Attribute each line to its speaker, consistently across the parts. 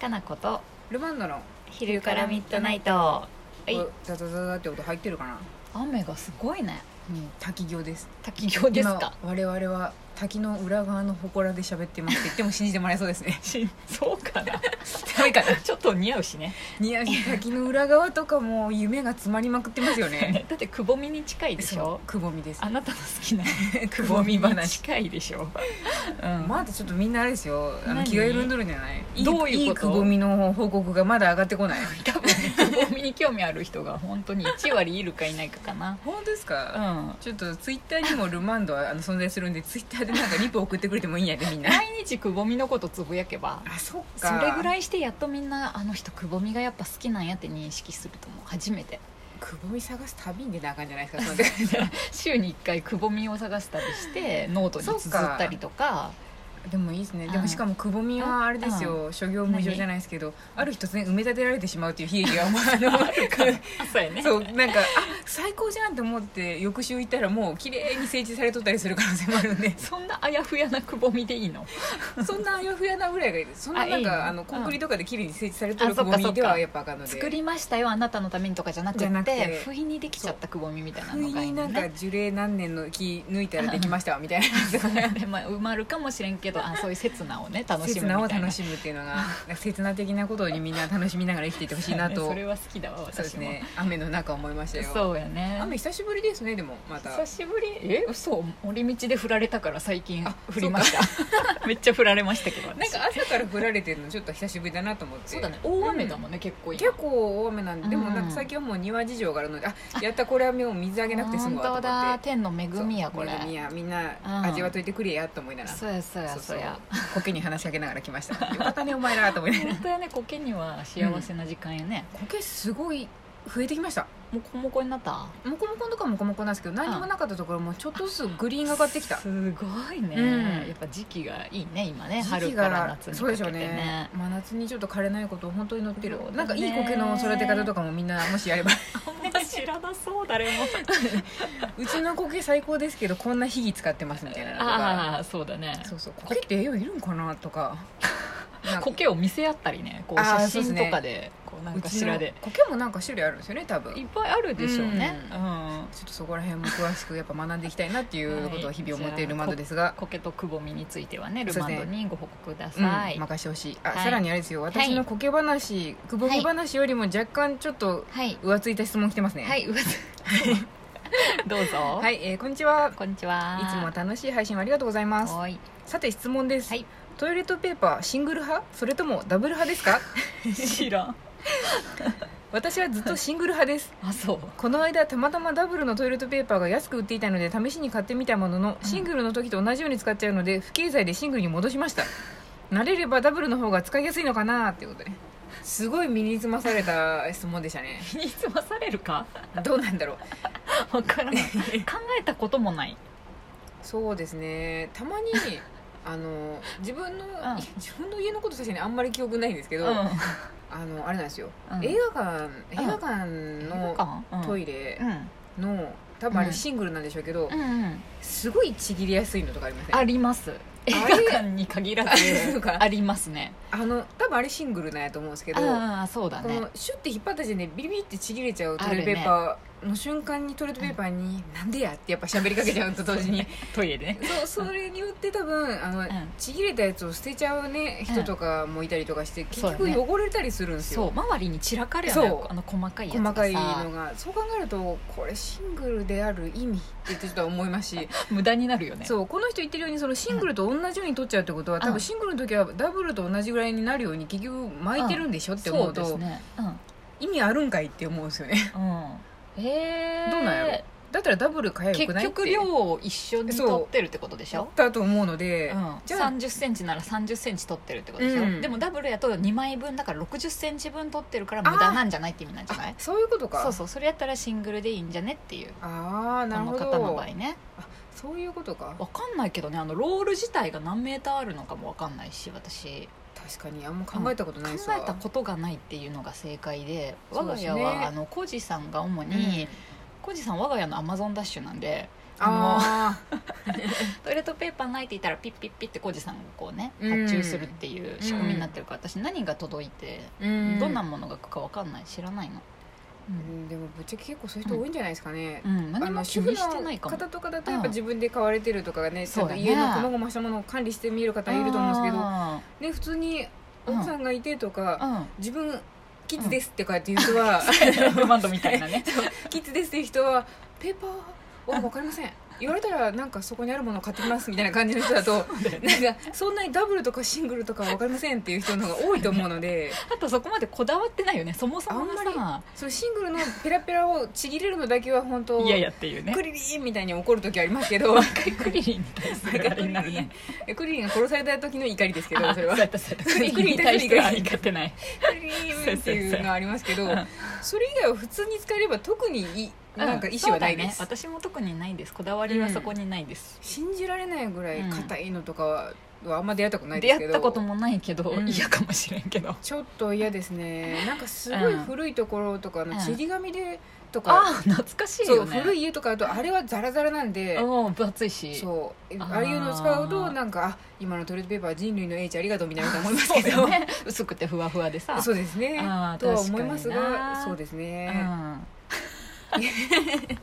Speaker 1: かなこと
Speaker 2: ルマンドの
Speaker 1: 昼からミッドナイトはい
Speaker 2: こうザザザザって音入ってるかな
Speaker 1: 雨がすごいね
Speaker 2: うん滝行です
Speaker 1: 滝行ですか
Speaker 2: 今我々は滝の裏側の祠で喋ってますって言っても信じてもらえそうです ね
Speaker 1: しそうかな
Speaker 2: ダメか な
Speaker 1: ちょっと似合うしね
Speaker 2: 似合う滝の裏側とかもう夢が詰まりまくってますよね
Speaker 1: ねだってくぼみに近いでし
Speaker 2: そ
Speaker 1: ょ
Speaker 2: うくぼみです
Speaker 1: あなたの好きな
Speaker 2: く
Speaker 1: くぼみに近いでしょ、うん
Speaker 2: まだちょっとみんなあれですよあの
Speaker 1: 何
Speaker 2: 気が緩んどるんじゃないい
Speaker 1: どういうこと
Speaker 2: いいくぼみの報告がまだ上がってこない
Speaker 1: 多分ねくぼみに興味ある人が本当に1割いるかいないかかな
Speaker 2: 本当ですか、
Speaker 1: うん
Speaker 2: ちょっとツイッターにもルマンドはあの存在するんでツイッターでなんかリプ送ってくれてもいいんやでみんな
Speaker 1: 毎日くぼみのことつぶやけば
Speaker 2: あそっ
Speaker 1: そ
Speaker 2: か
Speaker 1: れぐ
Speaker 2: い
Speaker 1: らいしてやっとみんなあの人くぼみがやっぱ好きなんやって認識すると思う初めて
Speaker 2: くぼみ探す旅に出なあかんじゃないですかその時
Speaker 1: 週に1回くぼみを探したりしてノートに綴ったりとか
Speaker 2: でもいいですねで
Speaker 1: う
Speaker 2: も
Speaker 1: ん
Speaker 2: しかもくぼみはあれですよ諸行無常じゃないですけどある日突然埋め立てられてしまうっていう悲劇 がもうあの
Speaker 1: そうやね
Speaker 2: そうなんかあ最高じゃんって思って翌週行ったらもう綺麗に整地されとったりする可能性もあるんで
Speaker 1: そんなあやふやなくぼみでいいの
Speaker 2: そんなあやふやなぐらいがいいですそんな
Speaker 1: あ
Speaker 2: なん
Speaker 1: いいの
Speaker 2: かあのコンクリとかで綺麗に整地されて
Speaker 1: あ
Speaker 2: る
Speaker 1: そ
Speaker 2: く
Speaker 1: っか
Speaker 2: ぼみで
Speaker 1: そっ
Speaker 2: は
Speaker 1: か
Speaker 2: やっぱあかんので
Speaker 1: 作りましたよあなたのためにとかじゃなく
Speaker 2: じ
Speaker 1: て
Speaker 2: ゃなくて
Speaker 1: 不意にできちゃったくぼみみたいな
Speaker 2: 不
Speaker 1: の
Speaker 2: 意
Speaker 1: がいい
Speaker 2: にな
Speaker 1: の
Speaker 2: んか
Speaker 1: ね
Speaker 2: 樹齢何年の木抜いたらできましたわ みたいな
Speaker 1: で まあ埋まるかもしれんけどあそういう刹那をね楽しむみたい
Speaker 2: 刹那
Speaker 1: な
Speaker 2: を楽しむっていうのがなんか刹那的なことにみんな楽しみながら生きていってほしいなと
Speaker 1: それは好きだわ私も
Speaker 2: そうですね雨の中思いましたよ
Speaker 1: そうやね
Speaker 2: 雨久しぶりですねでもまた
Speaker 1: 久しぶりえ嘘折り道で振られたから最近
Speaker 2: あ
Speaker 1: 振りました めっちゃ振られましたけど
Speaker 2: なん
Speaker 1: 私
Speaker 2: か朝から降られてるのちょっと久しぶりだなと思って
Speaker 1: そうだね大雨だもんね、結構今
Speaker 2: 結構大雨なんででもなん
Speaker 1: うん
Speaker 2: か最近はもう庭事情があるのであやったこれはもう水あげなくて済むわと思
Speaker 1: 本当
Speaker 2: って
Speaker 1: だ天の恵みやこれ
Speaker 2: そう恵みやみんな
Speaker 1: うん
Speaker 2: 味わっといてくれやと思いながら
Speaker 1: そうやそうや
Speaker 2: そうそ
Speaker 1: そううや
Speaker 2: 苔に話しかけながら来ましたよかったねお前らと思いながら
Speaker 1: 本当やね苔には幸せな時間やね、
Speaker 2: 苔すごい増えてきました
Speaker 1: もこもこになった
Speaker 2: モコモコのとかモコモコなんですけど何にもなかったところもちょっとずつグリーンが上がってきた
Speaker 1: すごいね、
Speaker 2: うん
Speaker 1: やっぱ時期がいいね今ね
Speaker 2: 時
Speaker 1: 春
Speaker 2: 期
Speaker 1: から
Speaker 2: が
Speaker 1: 夏にか
Speaker 2: そう
Speaker 1: け
Speaker 2: で
Speaker 1: て
Speaker 2: しょう
Speaker 1: ね
Speaker 2: ね真夏にちょっと枯れないことを本当に乗ってる
Speaker 1: そうだね
Speaker 2: なんかいい苔の育て方とかもみんなもしやれば
Speaker 1: あんま知らなそう誰も
Speaker 2: うちの苔最高ですけどこんな秘技使ってますみたいなのとか
Speaker 1: ああそうだね
Speaker 2: そうそう苔って栄養いるんかな とかなんか
Speaker 1: 苔を見せ合ったりねこう
Speaker 2: あー
Speaker 1: 写
Speaker 2: そうで
Speaker 1: 真
Speaker 2: すね
Speaker 1: とかでこうなん
Speaker 2: う
Speaker 1: か
Speaker 2: ち
Speaker 1: しら
Speaker 2: の
Speaker 1: で
Speaker 2: 苔もなんか種類あるんですよね多分
Speaker 1: いっぱいあるでしょうね、う
Speaker 2: うんちょっとそこら辺も詳しくやっぱ学んでいきたいなっていう ことを日々思っている窓ですが
Speaker 1: 苔とくぼみについてはねル
Speaker 2: そう
Speaker 1: マ
Speaker 2: です
Speaker 1: ン
Speaker 2: ね
Speaker 1: ドにご報告くだ
Speaker 2: うん
Speaker 1: さい、
Speaker 2: 任してほしいあ、
Speaker 1: はい
Speaker 2: さらにあれですよ私の苔話くぼみ話よりも若干ちょっと
Speaker 1: はい
Speaker 2: 浮ついた質問来てますね
Speaker 1: はい うわどうぞ
Speaker 2: はいいえーこんにちは
Speaker 1: こんにちはい
Speaker 2: つも楽しい配信をありがとうございます
Speaker 1: おい
Speaker 2: さて質問です、
Speaker 1: はい
Speaker 2: トイレットペーパーシングル派それともダブル派です か
Speaker 1: 知らん
Speaker 2: 私はずっとシングル派です
Speaker 1: あそう
Speaker 2: この間たまたまダブルのトイレットペーパーが安く売っていたので試しに買ってみたものの
Speaker 1: うん
Speaker 2: シングルの時と同じように使っちゃうので不経済でシングルに戻しま した慣れればダブルの方が使いやすいのかなっていうことですごい身につまされた質問でしたね
Speaker 1: 身につまされる か
Speaker 2: どうなんだろう
Speaker 1: わからない考えたこともない
Speaker 2: そうですね たまにあの自分の、
Speaker 1: ん
Speaker 2: 自分の家のこと確かにあんまり記憶ないんですけ
Speaker 1: う
Speaker 2: ど、
Speaker 1: ん
Speaker 2: あのあれなんですよ、
Speaker 1: うん
Speaker 2: 映画館映画館のトイ
Speaker 1: レ
Speaker 2: レ
Speaker 1: うん
Speaker 2: の、多分あ
Speaker 1: うん
Speaker 2: れシングルなんでしょうけど、
Speaker 1: うんうん
Speaker 2: すごいちぎりやすいのとかありません
Speaker 1: あります映画館に限らず
Speaker 2: あれそうか
Speaker 1: ありますね
Speaker 2: あの多分あれシングルなんやと思うんですけど、
Speaker 1: ああそうだ
Speaker 2: こ
Speaker 1: ね
Speaker 2: のシュッて引っ張った時点でビリビリってちぎれちゃうトイレ
Speaker 1: あるね
Speaker 2: ペーパーの瞬間にトイレットペーパーに「なんでや?」ってやっぱ喋りかけちゃうのと同時に
Speaker 1: トイレでね
Speaker 2: そうそれによって多分あの、
Speaker 1: ん
Speaker 2: ちぎれたやつを捨てちゃうね人とかもいたりとかして、結
Speaker 1: そうだね
Speaker 2: 局汚れたりするんですよ、
Speaker 1: そう周りに散らかるよね
Speaker 2: そう
Speaker 1: あの細かいやつがさ
Speaker 2: 細かいのがそう考えるとこれシングルである意味ってちょっと思いますし
Speaker 1: 無駄になる よね
Speaker 2: そうこの人言ってるようにそのシングルと同じように取っちゃうってことは、
Speaker 1: うん
Speaker 2: 多分シングルの時はダブルと同じぐらいになるように結局巻いてるんでしょって思
Speaker 1: そううで
Speaker 2: と、
Speaker 1: すね
Speaker 2: 意味あるんかいって思うんですよね
Speaker 1: うんええ
Speaker 2: どうなんやだったらダブルの買えばよ
Speaker 1: 結
Speaker 2: くないって
Speaker 1: 局量を一緒に取ってるってことでし
Speaker 2: だっ
Speaker 1: ょ
Speaker 2: たと思うので、
Speaker 1: うん、
Speaker 2: じゃあ
Speaker 1: 3 0ンチなら3 0ンチ取ってるってことでしょ、
Speaker 2: うん
Speaker 1: でもダブルやと2枚分だから6 0ンチ分取ってるから無駄なんじゃないって意味なんじゃない
Speaker 2: そういうことか
Speaker 1: そうそうそれやったらシングルでいいんじゃねっていう
Speaker 2: ああ
Speaker 1: あ
Speaker 2: なる
Speaker 1: の
Speaker 2: ほど
Speaker 1: 方の場合ね
Speaker 2: そういうことか
Speaker 1: わかんないけどねあのロール自体が何メーターあるのかもわかんないし私
Speaker 2: 確かにあんま考えたこと
Speaker 1: 考
Speaker 2: ないですわ
Speaker 1: えたことがないっていうのが正解で我
Speaker 2: そう
Speaker 1: が
Speaker 2: です
Speaker 1: 家
Speaker 2: ね
Speaker 1: は、あのコージさんが主に、
Speaker 2: に
Speaker 1: コージさん我が家のアマゾンダッシュなんであ
Speaker 2: あ
Speaker 1: のトイレットペーパーないって言ったらピッピッピッって浩司さんがこうね
Speaker 2: うん
Speaker 1: 発注するっていう仕組みになってるから、私何が届いて、
Speaker 2: ーうん
Speaker 1: どんなものが来るか分かんない知らないの、う
Speaker 2: うんんでもぶっちゃけ結構そういう人多いんじゃないですかね、
Speaker 1: うん、
Speaker 2: あ
Speaker 1: 何も
Speaker 2: の
Speaker 1: 気
Speaker 2: 主婦
Speaker 1: にしてな
Speaker 2: の
Speaker 1: いかも
Speaker 2: 方とかだとやっぱ自分で買われてるとかがね、ちゃ
Speaker 1: そ
Speaker 2: んと
Speaker 1: うだね
Speaker 2: 家のこまごましたものを管理してみる方いると思うんですけど
Speaker 1: あ
Speaker 2: ね普通に奥さんがいてとか、
Speaker 1: ー
Speaker 2: 自分キッズですって書いて言う人は、
Speaker 1: うんブマンドみたいな ね
Speaker 2: キッズですっていう人はペーパーは分かりません言われたらなんかそこにあるものを買ってきますみたいな感じの人だとなんかそんなにダブルとかシングルとか分かりませんっていう人の方が多いと思うので
Speaker 1: あとそこまでこだわってないよねそもそもが
Speaker 2: あん
Speaker 1: さ
Speaker 2: そのシングルのペラペラをちぎれるのだけは本当
Speaker 1: いやいやっていうね
Speaker 2: クリリンみたいに怒る時ありま すけど
Speaker 1: クリリンに対するあれになるね
Speaker 2: えクリリンが殺された時の怒りですけ
Speaker 1: あ
Speaker 2: どそれは
Speaker 1: そうやったそうやったクリリンに対しては怒ってない
Speaker 2: クリーンっていうのがありますけ
Speaker 1: そ
Speaker 2: ど
Speaker 1: うそうそう
Speaker 2: それ以外は普通に使えれば特にいなんか意思はないです、
Speaker 1: そうだね、私も特にないですこだわりはそこにないです、
Speaker 2: 信じられないぐらい硬いのとかは,、あんま出会ったことないで
Speaker 1: 出
Speaker 2: すけ
Speaker 1: 会
Speaker 2: ど
Speaker 1: ったこともないけど、
Speaker 2: うん
Speaker 1: 嫌かもしれんけど
Speaker 2: ちょっと嫌ですねなんかすごい古いところとかのちり紙でとか、
Speaker 1: ああ懐かしい
Speaker 2: そう
Speaker 1: よね
Speaker 2: 古い家とかだとあれはザラザラなんで、
Speaker 1: うん分厚いし
Speaker 2: そう
Speaker 1: あー
Speaker 2: ああいうのを使うとなんかあ今のトイレットペーパーは人類の英知ありがとうみたいなこと思います け
Speaker 1: そ
Speaker 2: ど
Speaker 1: うだね薄くてふわふわでさ
Speaker 2: そうですね
Speaker 1: あー
Speaker 2: とは思います
Speaker 1: 確かにな
Speaker 2: がそうですね、
Speaker 1: うん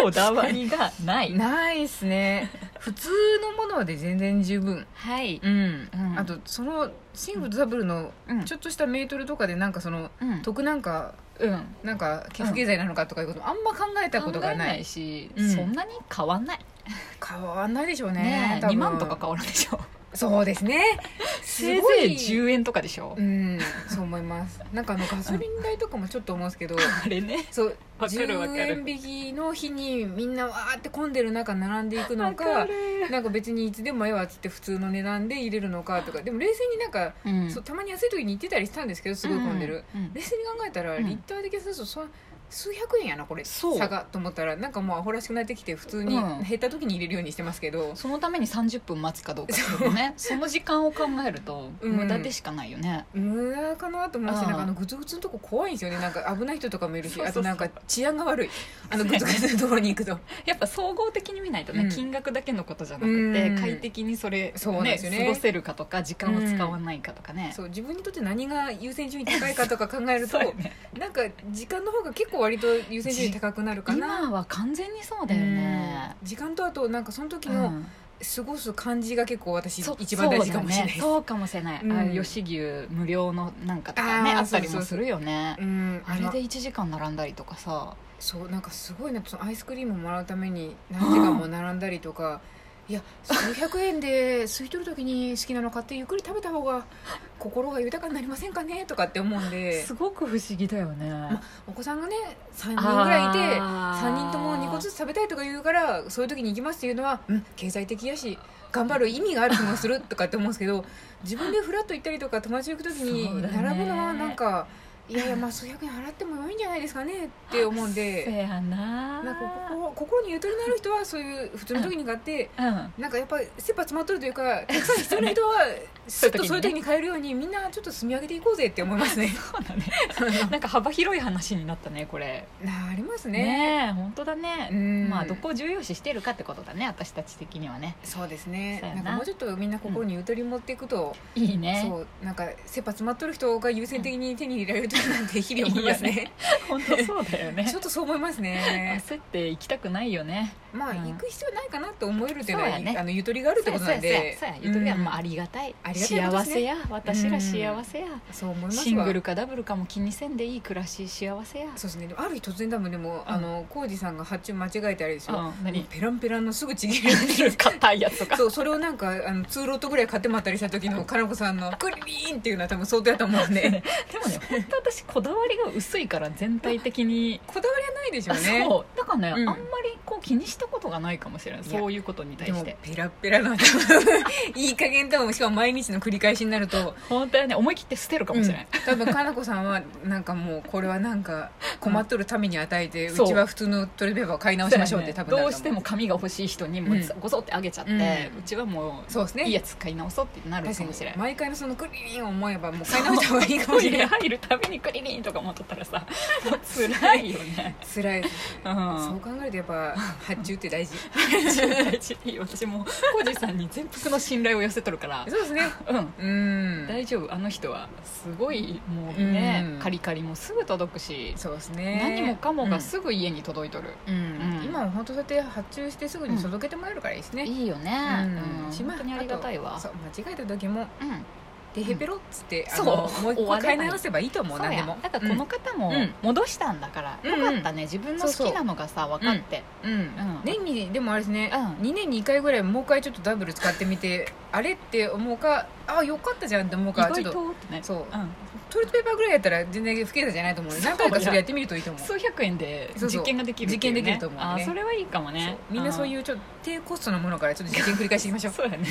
Speaker 1: こだわりがない
Speaker 2: ないです ね普通のもので全然十分
Speaker 1: はい、
Speaker 2: うん、
Speaker 1: うん
Speaker 2: あとそのシングルとダブルの
Speaker 1: うん
Speaker 2: ちょっとしたメートルとかでなんかその
Speaker 1: うん
Speaker 2: 得なんか
Speaker 1: うん
Speaker 2: なんか寄付経済なのかとかいうこともあんま考えたことが
Speaker 1: 考え
Speaker 2: ない
Speaker 1: し、
Speaker 2: うん
Speaker 1: そんなに変わんない
Speaker 2: 変わんないでしょうね
Speaker 1: ねえ
Speaker 2: 多分
Speaker 1: 2万とか変わらんでしょ
Speaker 2: そうですね
Speaker 1: せい
Speaker 2: すご
Speaker 1: ぜい10円とかでしょ、
Speaker 2: うんそう思いますなんかあのガソリン代とかもちょっと思うんで すけど
Speaker 1: あれね
Speaker 2: そう
Speaker 1: わかるわかる
Speaker 2: 10円引きの日にみんなわーって混んでる中並んでいくのか
Speaker 1: わか
Speaker 2: なんか別にいつでもええわっつって普通の値段で入れるのかとかでも冷静になんか、
Speaker 1: うん
Speaker 2: そうたまに安い時に行ってたりしたんですけどすごい混んでる、
Speaker 1: うん
Speaker 2: 冷静に考えたら
Speaker 1: うん
Speaker 2: リッターで計算するとそ数百円やなこれ
Speaker 1: そう
Speaker 2: 差がと思ったらなんかもうアホらしくなってきて普通に
Speaker 1: うん
Speaker 2: 減った時に入れるようにしてますけど、
Speaker 1: そのために30分待つかどうかっていうねその時間を考えると
Speaker 2: うん
Speaker 1: 無駄でしかないよね、
Speaker 2: 無駄かなと思いまして
Speaker 1: うん
Speaker 2: なんかあのグツグツのとこ怖いんですよねなんか危ない人とかもいるし
Speaker 1: そうそう
Speaker 2: あ
Speaker 1: そう
Speaker 2: となんか治安が悪いあのグツグツのところに行く と
Speaker 1: やっぱ総合的に見ないとね、
Speaker 2: うん
Speaker 1: 金額だけのことじゃなくて、
Speaker 2: うん
Speaker 1: 快適にそれ、ね
Speaker 2: そうなんですよね
Speaker 1: 過ごせるかとか時間を使わないかとかね、
Speaker 2: そう自分にとって何が優先順位高いかとか考えると
Speaker 1: そうよね
Speaker 2: なんか時間の方が結構割と優先順位高くなるかな
Speaker 1: 今は完全にそうだよね、
Speaker 2: うん時間とあとなんかその時
Speaker 1: うん
Speaker 2: の過ごす感じが結構私
Speaker 1: そ
Speaker 2: 一番大事かもしれな
Speaker 1: そうだね
Speaker 2: いです
Speaker 1: そうかもしれない、
Speaker 2: うん
Speaker 1: ああいう吉牛無料のなんかとかね
Speaker 2: あー
Speaker 1: あったり
Speaker 2: そう
Speaker 1: も
Speaker 2: そ
Speaker 1: す
Speaker 2: うそう
Speaker 1: るよね
Speaker 2: うん
Speaker 1: あれ
Speaker 2: の
Speaker 1: で1時間並んだりとかさ
Speaker 2: そうなんかすごいなそのアイスクリームもらうために何時間も並んだりとかいや数百円で吸い取る時に好きなの買ってゆっくり食べた方が心が豊かになりませんかねとかって思うんです
Speaker 1: ごく不思議だよね、
Speaker 2: お子さんがね3人
Speaker 1: あ
Speaker 2: ぐらいいて
Speaker 1: 3
Speaker 2: 3人とも2個ずつ食べたいとか言うからそういう時に行きますっていうのは、うん、経済的やし頑張る意味がある気もするとかって思うんですけど自分でフラッと行ったりとか友達と行く時
Speaker 1: そう
Speaker 2: に
Speaker 1: だね
Speaker 2: 並ぶのはなんか、いやいやまあ数百円払っても良いんじゃないですかねって思うんで
Speaker 1: せ。やな
Speaker 2: なんか心心にゆとりのある人はそういう普通の時に買って、
Speaker 1: うん
Speaker 2: なんかやっぱり切羽詰まっとるというかたくさん必要な人はすっとそういう時に買えるようにみんなちょっと積み上げていこうぜって思いますね
Speaker 1: そうだねなんか幅広い話になったねこれ
Speaker 2: なありますね
Speaker 1: ねえ本当だね
Speaker 2: うん
Speaker 1: まあどこを重要視してるかってことだね私たち的にはね
Speaker 2: そうですね
Speaker 1: そうや
Speaker 2: な
Speaker 1: なん
Speaker 2: かもうちょっとみんな心にゆとり持っていくと、
Speaker 1: いいね
Speaker 2: そうなんか切羽詰まっとる人が優先的に手に入れられる時なんて日 々思いますね
Speaker 1: 本当そうだよね
Speaker 2: ちょっとそう思いま すね
Speaker 1: 焦って行きたくないよね
Speaker 2: まあ、
Speaker 1: うん
Speaker 2: 行く必要ないかなと思えるというの
Speaker 1: そう
Speaker 2: は、
Speaker 1: やね
Speaker 2: あのゆとりがあるってことなんで
Speaker 1: そうやそうやそうやゆとりは
Speaker 2: うん
Speaker 1: まあありがたい
Speaker 2: ありがたいことで
Speaker 1: 幸
Speaker 2: すね
Speaker 1: せや私ら幸せや
Speaker 2: そう思いますわ
Speaker 1: シングルかダブルかも気にせんでいい暮らし幸せや
Speaker 2: そうですねでもある日突然多分でも、あの浩二さんが発注間違えてあれですよ、
Speaker 1: うん何
Speaker 2: ペランペランのすぐち ぎれる
Speaker 1: 硬いやつとか
Speaker 2: そうそれをなんかあの2ロットぐらい買ってまったりした時のかなこさんのクリリーンっていうのは多分相当やと思う んで
Speaker 1: でもね本当私こだわりが薄いから全体的に
Speaker 2: こだわりはないでしょ
Speaker 1: あ
Speaker 2: うね
Speaker 1: そうだからね、
Speaker 2: うん
Speaker 1: あんまりこう気にしたことがないかもしれない
Speaker 2: いや
Speaker 1: そういうことに対
Speaker 2: で
Speaker 1: し
Speaker 2: も
Speaker 1: て
Speaker 2: ペラペラな いい加減多分しかも毎日の繰り返しになると
Speaker 1: 本当はね思い切って捨てるかもしれない、
Speaker 2: うん多分かなこさんはなんかもうこれはなんか困っとる民に与えて、
Speaker 1: う
Speaker 2: うんちは普通のトイレペーパーを買い直しましょうって多分
Speaker 1: ど
Speaker 2: なると
Speaker 1: う
Speaker 2: 思
Speaker 1: しても紙が欲しい人にも
Speaker 2: うん
Speaker 1: ごそってあげちゃって、
Speaker 2: う
Speaker 1: うんちはもう
Speaker 2: そうですね
Speaker 1: いいやつ買い直そうってなる
Speaker 2: 確
Speaker 1: か
Speaker 2: か
Speaker 1: もしれ
Speaker 2: に
Speaker 1: ない
Speaker 2: 毎回のそのクリリーンを思えばもう買い直した方がいいか
Speaker 1: ト
Speaker 2: も
Speaker 1: イ
Speaker 2: し
Speaker 1: レ
Speaker 2: れない
Speaker 1: 入るたびにクリリンとか持っとったらさもう辛いよね、
Speaker 2: 辛い、
Speaker 1: うん、
Speaker 2: そう考えるとやっぱ発注って大事
Speaker 1: 私もコージさんに全幅の信頼を寄せとるから
Speaker 2: そうですね
Speaker 1: うん
Speaker 2: うん
Speaker 1: 大丈夫あの人はすごいもう
Speaker 2: う
Speaker 1: ね
Speaker 2: ん
Speaker 1: カリカリもすぐ届くし
Speaker 2: そうですね
Speaker 1: 何もかもがすぐ家に届いとる
Speaker 2: うん、
Speaker 1: うん
Speaker 2: 今は本当そうやって発注してすぐに届けてもらえるからいいですね、
Speaker 1: いいよね
Speaker 2: うん
Speaker 1: うん本当にありがたいわ
Speaker 2: そう間違えた時も
Speaker 1: うん
Speaker 2: でへペロっつって、
Speaker 1: うん
Speaker 2: あの
Speaker 1: そう
Speaker 2: もう一
Speaker 1: 終わ
Speaker 2: 個
Speaker 1: れ
Speaker 2: 買い直せばいいと思う
Speaker 1: そう
Speaker 2: 何で
Speaker 1: や
Speaker 2: も
Speaker 1: だからこの方も
Speaker 2: うん
Speaker 1: 戻したんだから、
Speaker 2: うん
Speaker 1: よかったね自分の好きなのがさ分かって
Speaker 2: うん、うん
Speaker 1: ん
Speaker 2: 年にでもあれですね、
Speaker 1: うん
Speaker 2: 2年に1回ぐらいもう一回ちょっとダブル使ってみてあれって思うかあよかったじゃんって思う
Speaker 1: 意
Speaker 2: かち
Speaker 1: 外
Speaker 2: ょっと
Speaker 1: とってね
Speaker 2: そう
Speaker 1: うん
Speaker 2: トイレットペーパーぐらいやったら全然不景気じゃないと思うので
Speaker 1: そう
Speaker 2: 何回かそれやってみるといいと思う
Speaker 1: 数百円で
Speaker 2: そうそう
Speaker 1: 実験ができるっていうね
Speaker 2: 実験できると思うね
Speaker 1: あーそれはいいかも
Speaker 2: そ
Speaker 1: ね
Speaker 2: うみんなそういううちょっと低コストのものからちょっと実 験繰り返していきましょう
Speaker 1: そうだね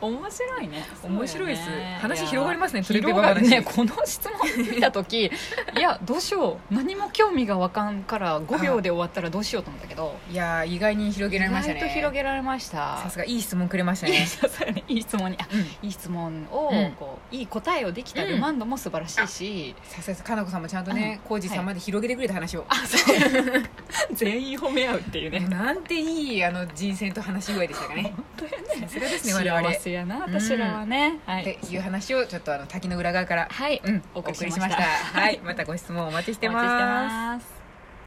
Speaker 1: 面白いね
Speaker 2: 面白いです、
Speaker 1: そうだね
Speaker 2: 話広がりますねトイレット
Speaker 1: 広
Speaker 2: ペーパー
Speaker 1: が
Speaker 2: の
Speaker 1: る
Speaker 2: 話
Speaker 1: ねこの質問見た 時いやどうしよう何も興味がわかんから5秒で終わったらどうしようと思ったけど
Speaker 2: いやー意外に広げられましたね
Speaker 1: 意外と広げられました
Speaker 2: さすがいい質問くれました
Speaker 1: いや
Speaker 2: ね、
Speaker 1: そうだねいい質問にあ
Speaker 2: うん、
Speaker 1: いい質問を、
Speaker 2: うん
Speaker 1: こういい答えをできたルマンドも素晴らしいし、
Speaker 2: さすがかなこさんもちゃんとね
Speaker 1: うん
Speaker 2: 浩二さんまで広げてくれた話を、
Speaker 1: あそう全員褒め合うっていうね
Speaker 2: なんていいあの人選と話し声でしたかね
Speaker 1: 本当や
Speaker 2: さ
Speaker 1: ね
Speaker 2: すがですね我々
Speaker 1: 幸せやな私らはね、は
Speaker 2: っ
Speaker 1: い、
Speaker 2: ていう話をちょっとあの滝の裏側から、
Speaker 1: はい、
Speaker 2: うん、
Speaker 1: お
Speaker 2: お
Speaker 1: 送
Speaker 2: 送
Speaker 1: りし
Speaker 2: り
Speaker 1: ま
Speaker 2: し
Speaker 1: した
Speaker 2: ましたはいまたご質問お待ちして
Speaker 1: お待ちして
Speaker 2: ます
Speaker 1: ます